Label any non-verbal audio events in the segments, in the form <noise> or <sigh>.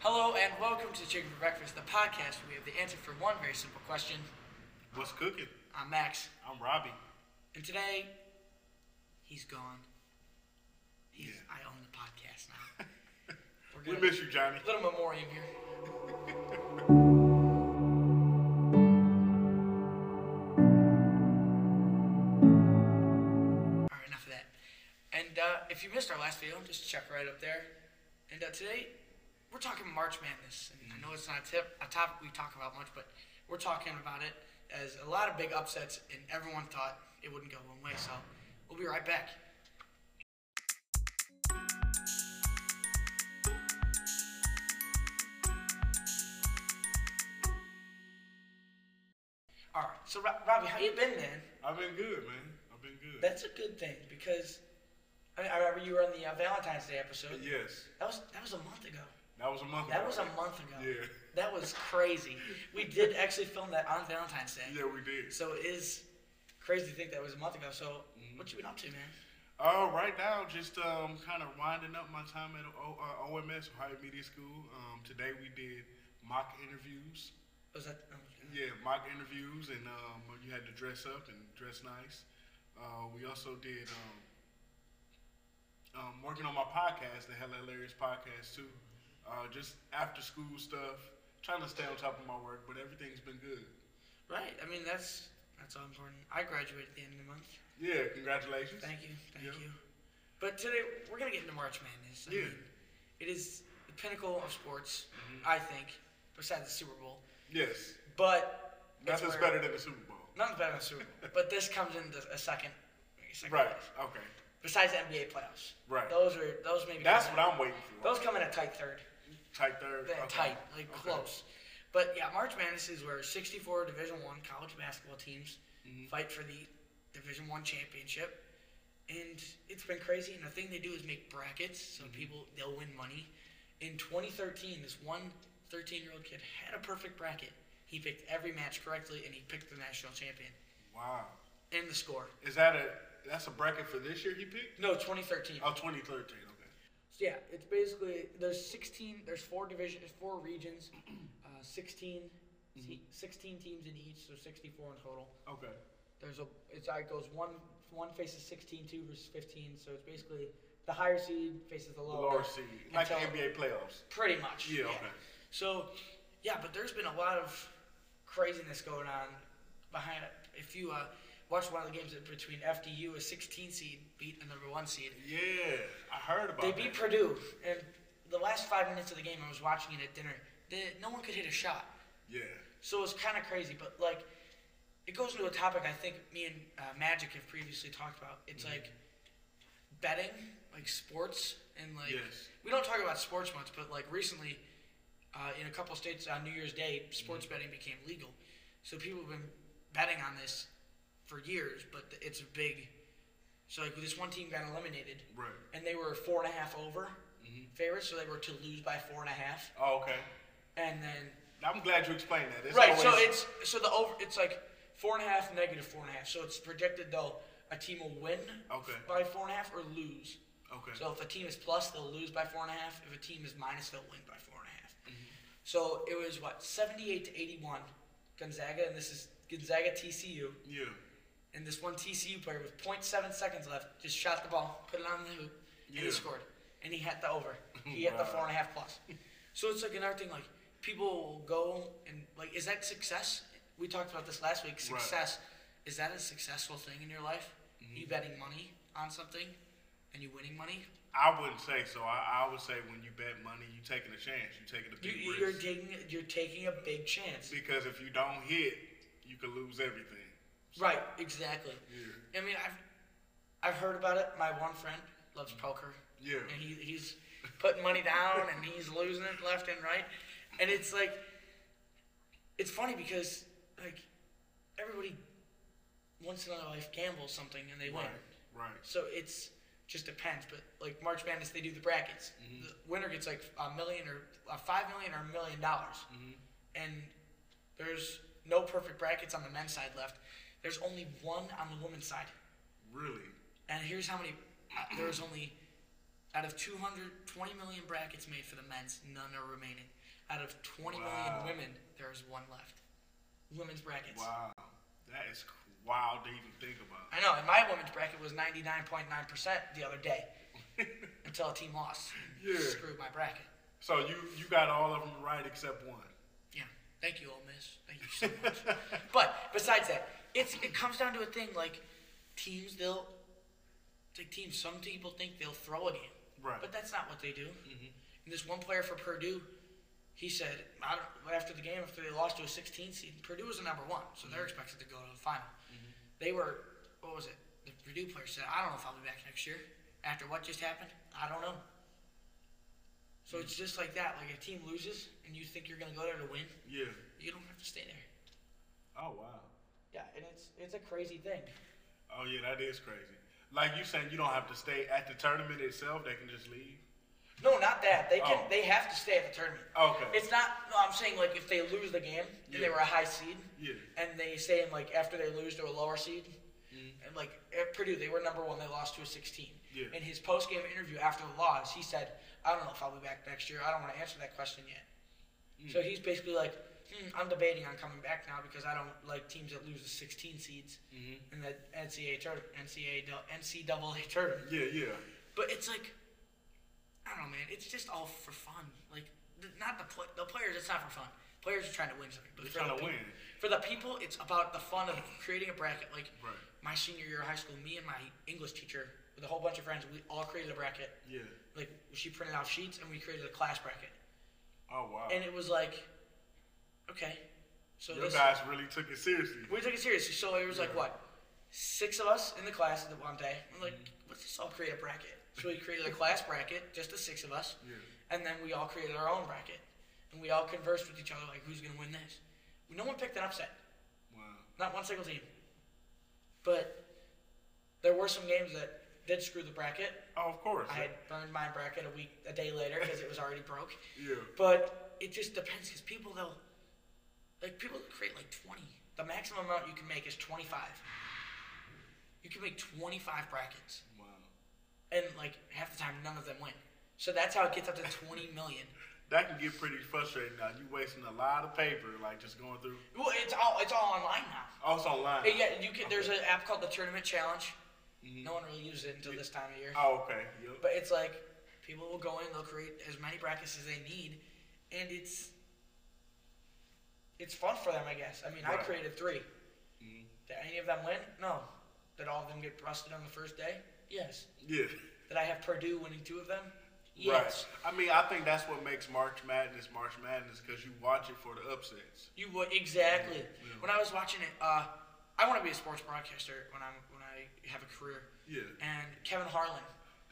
Hello and welcome to Chicken for Breakfast, the podcast where we have the answer for one very simple question. What's cooking? I'm Max, I'm Robbie. and today he's gone. He's, Yeah. I own the podcast now. <laughs> We're We gonna miss you, Johnny. little memoriam here. <laughs> All right, enough of that. And uh, if you missed our last video, just check right up there. And uh, today, we're talking March Madness. And I know it's not a, tip, a topic we talk about much, but we're talking about it as a lot of big upsets, and everyone thought it wouldn't go one way. So we'll be right back. All right, so Ro- Robbie, how you been, man? I've been good, man. I've been good. That's a good thing because I, mean, I remember you were on the uh, Valentine's Day episode. yes, That was that was a month ago. that was a month. That ago. was a month ago. Oh, Yeah. That was crazy. We did actually film that on Valentine's Day. Yeah, we did. So it is crazy to think that was a month ago. So Mm-hmm. what you been up to, man? Uh, right now, just um, kind of winding up my time at o- uh, OMS, Ohio Media School. Um, today we did mock interviews. Was that? oh, Yeah, mock interviews, and um, you had to dress up and dress nice. Uh, we also did um, um, working on my podcast, the Hella Hilarious podcast too. Uh, just after school stuff, trying to stay on top of my work, but everything's been good. Right. I mean, that's that's all important. I graduated at the end of the month. Yeah, congratulations. Thank you. Thank Yeah. you. But today we're gonna get into March Madness. I Yeah. mean, it is the pinnacle of sports, Mm-hmm. I think, besides the Super Bowl. Yes, But it's nothing's where- better than the Super Bowl. Nothing's better than the Super <laughs> Bowl. but this comes in the, a second. a second Right. place. Okay. Besides the NBA playoffs. Right. Those are those maybe. That's come what in- I'm waiting for. Those come in a tight third. tight third. They're okay. Tight, like Okay. close. But yeah, March Madness is where 64 Division One college basketball teams Mm-hmm. fight for the Division One championship, and it's been crazy. And the thing they do is make brackets, so Mm-hmm. people they'll win money. In 2013, this one 13-year-old kid had a perfect bracket. He picked every match correctly, and he picked the national champion Wow. and the score. Is that a that's a bracket for this year? He picked. No, 2013. Oh, 2013. Okay. So yeah, it's basically there's 16. There's four divisions, four regions, <clears throat> uh, 16, se- 16 teams in each, so 64 in total. Okay. There's a it's it goes one one faces 16, two versus 15. So it's basically the higher seed faces the The lower. lower seed, like the until- NBA playoffs. Pretty much. Yeah, okay. So, yeah, but there's been a lot of craziness going on behind. If you uh, watch one of the games between FDU, a 16 seed beat a number one seed. Yeah, I heard about They it. beat Purdue, and the last five minutes of the game, I was watching it at dinner. The, no one could hit a shot, yeah. so it was kind of crazy. But like, it goes into a topic I think me and uh, Magic have previously talked about. It's like betting, like sports, and like Yes. we don't talk about sports much, but like recently, uh, in a couple states on New Year's Day, sports betting became legal. So people have been betting on this for years, but it's a big. So like this one team got eliminated Right. and they were four and a half over Mm-hmm. favorites, so they were to lose by four and a half. Oh, okay. And then I'm glad you explained that. It's right, always, so it's so the over it's like four and a half negative four and a half. So it's projected though a team will win Okay. by four and a half or lose. okay. So if a team is plus, they'll lose by four and a half. If a team is minus, they'll win by four and a half. Mm-hmm. So it was what seventy-eight to eighty-one, Gonzaga, and this is Gonzaga TCU, yeah. and this one TCU player with 0.7 seconds left just shot the ball, put it on the hoop, and he Yeah. scored. And he hit the <laughs> over. He hit the Wow. four and a half plus. So it's like another thing. Like people will go and like, is that success? We talked about this last week. Right. Mm-hmm. Success is that a successful thing in your life? You betting money on something, and you winning money. I wouldn't say so. I, I would say when you bet money, you taking a chance. You taking a You, big you're risk. taking you're taking a big chance. because if you don't hit, you could lose everything. Right, exactly. Yeah. I mean, I've I've heard about it. My one friend loves poker. Yeah. And he, he's putting money down and he's losing it left and right, and it's like it's funny because like everybody once in their life gambles something and they win. Right. Right. So it's just depends. But like March Madness, they do the brackets. Mm-hmm. The winner gets like a million or uh, five million or a million dollars. Mm-hmm. And there's no perfect brackets on the men's side left. There's only one on the women's side. Really. And here's how many. Uh, there's only Out of 200, 20 million brackets made for the men's, none are remaining. Out of 20 million Wow. women, there is one left. Women's brackets. Wow, that is c- wild to even think about. <laughs> I know, and my women's bracket was 99.9% the other day until a team lost. Yeah. Screwed my bracket. so you you got all of them right except one. Yeah. Thank you, Ole Miss. Thank you so much. <laughs> but besides that, it's it comes down to a thing like teams. They'll it's like teams. Some people think they'll throw a game, Right. But that's not what they do. And this one player for Purdue, he said I don't, after the game, after they lost to a 16 seed, Purdue was the number one, so they're expected to go to the final. They were what was it? The Purdue player said, "I don't know if I'll be back next year." After what just happened, I don't know. So it's just like that. Like a team loses, and you think you're gonna go there to win. Yeah. You don't have to stay there. Oh wow. Yeah, and it's it's a crazy thing. Oh yeah, that is crazy. Like you saying, you don't have to stay at the tournament itself. They can just leave. No, not that. They can Oh. they have to stay at the tournament. Okay. It's not no, I'm saying like if they lose the game and they Yeah. were a high seed Yeah. and they stay in like after they lose to a lower seed. And like at Purdue, they were number one. They lost to a 16. Mm-hmm. Yeah. In his post game interview after the loss, he said, "I don't know if I'll be back next year. I don't want to answer that question yet." So he's basically like, hmm, "I'm debating on coming back now because I don't like teams that lose to 16 seeds Mm-hmm. in the NCAA tournament, NCAA del- NCAA tournament." Yeah, yeah. But it's like, I don't know, man. It's just all for fun. Like, th- not the pl- the players. It's not for fun. Players are trying to win something. But They're for trying the to peop- win. For the people, it's about the fun of creating a bracket. Like Right. my senior year of high school, me and my English teacher with a whole bunch of friends, we all created a bracket. Yeah. Like she printed out sheets and we created a class bracket. Oh wow. And it was like, okay, so Your this guys really took it seriously. we took it seriously. So it was like Yeah. what, six of us in the class at one day. I'm like, let's just all create a bracket. So we created a class bracket, just the six of us, Yeah. and then we all created our own bracket, and we all conversed with each other like, who's gonna win this? No one picked an upset, Wow. not one single team. But there were some games that did screw the bracket. Oh, of course. I had burned my bracket a week, a day later, because it was already broke. Yeah. But it just depends, because people they'll, like people that create like twenty. The maximum amount you can make is twenty five. You can make twenty five brackets, Wow. and like half the time none of them win. So that's how it gets up to twenty million. That can get pretty frustrating now. You wasting a lot of paper, like just going through. Well, it's all it's all online now. Oh, it's online. And yeah, you can. There's an app called the Tournament Challenge. No one really uses it until this time of year. Oh, okay. Yep. But it's like people will go in, they'll create as many brackets as they need, and it's it's fun for them, I guess. I mean, I Right. Mm-hmm. created 3 Did any of them win? No. Did all of them get busted on the first day? Yes. yeah. Did I have Purdue winning two of them? Yes. Right. I mean, I think that's what makes March Madness March Madness because you watch it for the upsets. You would exactly. Mm-hmm. When I was watching it, uh, I want to be a sports broadcaster when I'm when I have a career. Yeah. And Kevin Harlan,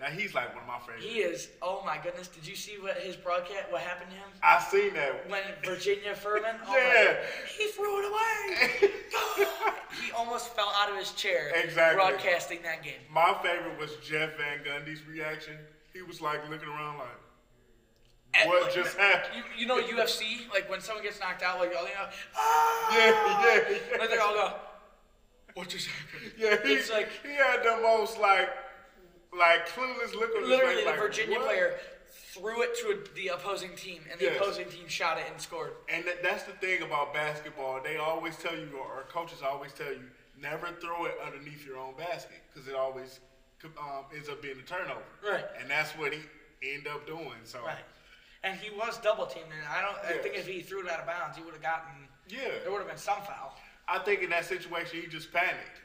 Now he's like one of my favorites. he is. Oh my goodness! Did you see what his broadcast? What happened to him? I seen that. when Virginia Furman, oh Yeah. my, he threw it <laughs> away. God. he almost fell out of his chair. Exactly. Broadcasting that game. my favorite was Jeff Van Gundy's reaction. He was like looking around like, And, "What Eh, like, <laughs> just the- happened?" You, you know UFC, like when someone gets knocked out, like all you know, ah, <laughs> Yeah, yeah, yeah. Like they all go, what just happened? Yeah, he, it's like he had the most like like clueless look on <laughs> his literally face, the like, Virginia "What?" player threw it to a, the opposing team, and the Yes. opposing team shot it and scored. And that, that's the thing about basketball. They always tell you, or, or coaches always tell you, never throw it underneath your own basket because it always co- um, ends up being a turnover. Right. And that's what he end up doing. So Right. And he was double teamed, and I don't. I think Yes. if he threw it out of bounds, he would have gotten. Yeah. There would have been some foul. I think in that situation, he just panicked.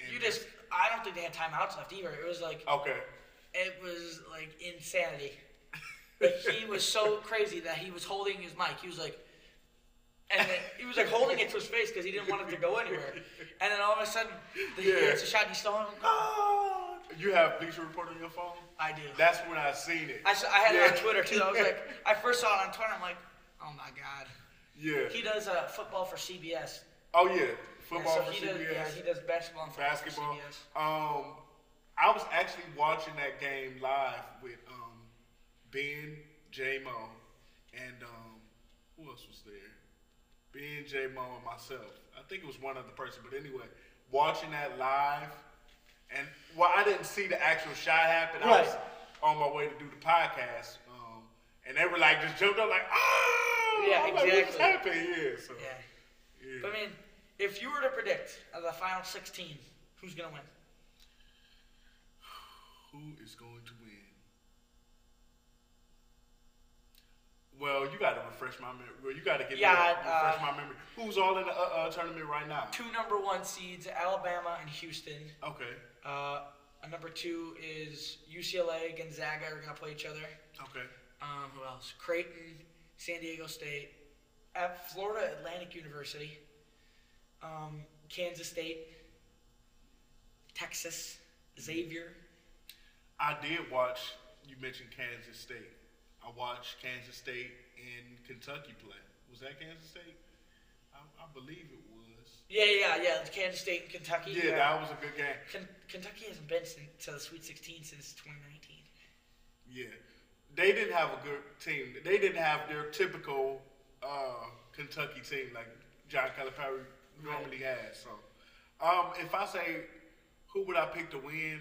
And- You just, I don't think they had timeouts left either. It was like, okay. it was like insanity. Like he was so crazy that he was holding his mic. He was like, and then he was like holding it to his face because he didn't want it to go anywhere. And then all of a sudden, the, he Yeah. hits a shot and he still hung. Oh, You have Bleacher Report on your phone? I do. That's when I seen it. I, saw, I had it on Yeah. Twitter too. I was like, I first saw it on Twitter. I'm like, oh my god. <laughs> yeah. He does uh, football for CBS. oh yeah, Yeah, football so for he CBS. Does, yeah, he does basketball and football basketball. For CBS. Um, I was actually watching that game live with um, Ben, J Mo, and um, who else was there? Ben, J Mo, and myself. I think it was one other person, but anyway, watching that live, and well, I didn't see the actual shot happen. I was, Right. on my way to do the podcast, um, and they were like just jumped up like, oh, Yeah, I'm like, what just exactly. happened? Yeah, so Yeah. yeah. But I mean, if you were to predict of the final 16, who's going to win? Who is going to win? Well, you got to refresh my memory. Well, you got to get me Yeah, to uh, refresh my memory. Who's all in the uh, uh, tournament right now? Two number one seeds, Alabama and Houston. Okay, Uh, a number two is UCLA, Gonzaga are going to play each other. okay. Um, who else? Creighton, San Diego State, at Florida Atlantic University, um, Kansas State, Texas, Xavier. I did watch. You mentioned Kansas State. I watched Kansas State and Kentucky play. Was that Kansas State? I, I believe it was. Yeah, yeah, yeah. Kansas State and Kentucky. Yeah, that was a good game. Ken- Kentucky hasn't been sin- to the Sweet 16 since 2019. Yeah, they didn't have a good team. They didn't have their typical uh, Kentucky team like John Calipari normally has. So, um, if I say who would I pick to win,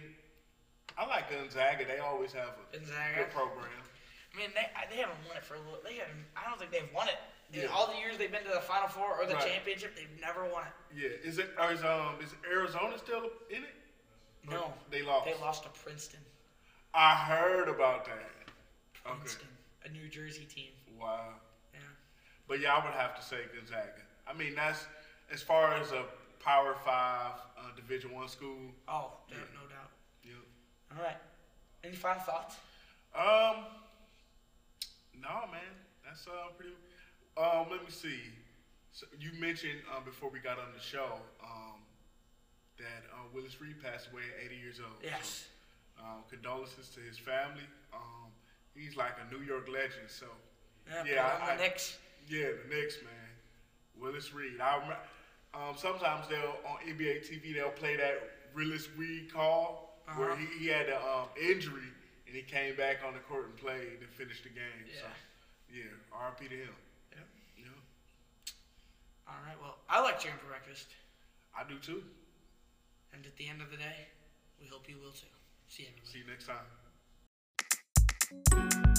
I like Gonzaga. They always have a Gonzaga. good program. I mean, they I- they haven't won it for a little. They haven't. I don't think they've won it. In Yeah. all the years they've been to the Final Four or the Right. championship, they've never won it. Yeah, is it or is um is Arizona still in it? No, They lost. they lost to Princeton. I heard about that. Princeton, a New Jersey team. Wow. Yeah. But yeah, I would have to say Gonzaga. I mean, that's as far as a Power Five uh, Division One school. Oh, no, no doubt. Yeah. All right. Any final thoughts? Um, no, man, that's uh pretty. Um, let me see. So you mentioned um, before we got on the show um, that uh, Willis Reed passed away at 80 years old. Yes. So, um, condolences to his family. Um, he's like a New York legend. So Yeah. Yeah, put on I- the Knicks. yeah, the Knicks, man. Willis Reed. I remember, um, sometimes they'll on NBA TV they'll play that Willis Reed call where Uh-huh. he, he had an um, injury and he came back on the court and played and finished the game. So yeah, RP to him. Yeah. Yeah, All right. Well, I like cheering for breakfast, I do too. and at the end of the day, we hope you will too. See you. Everybody. See you next time.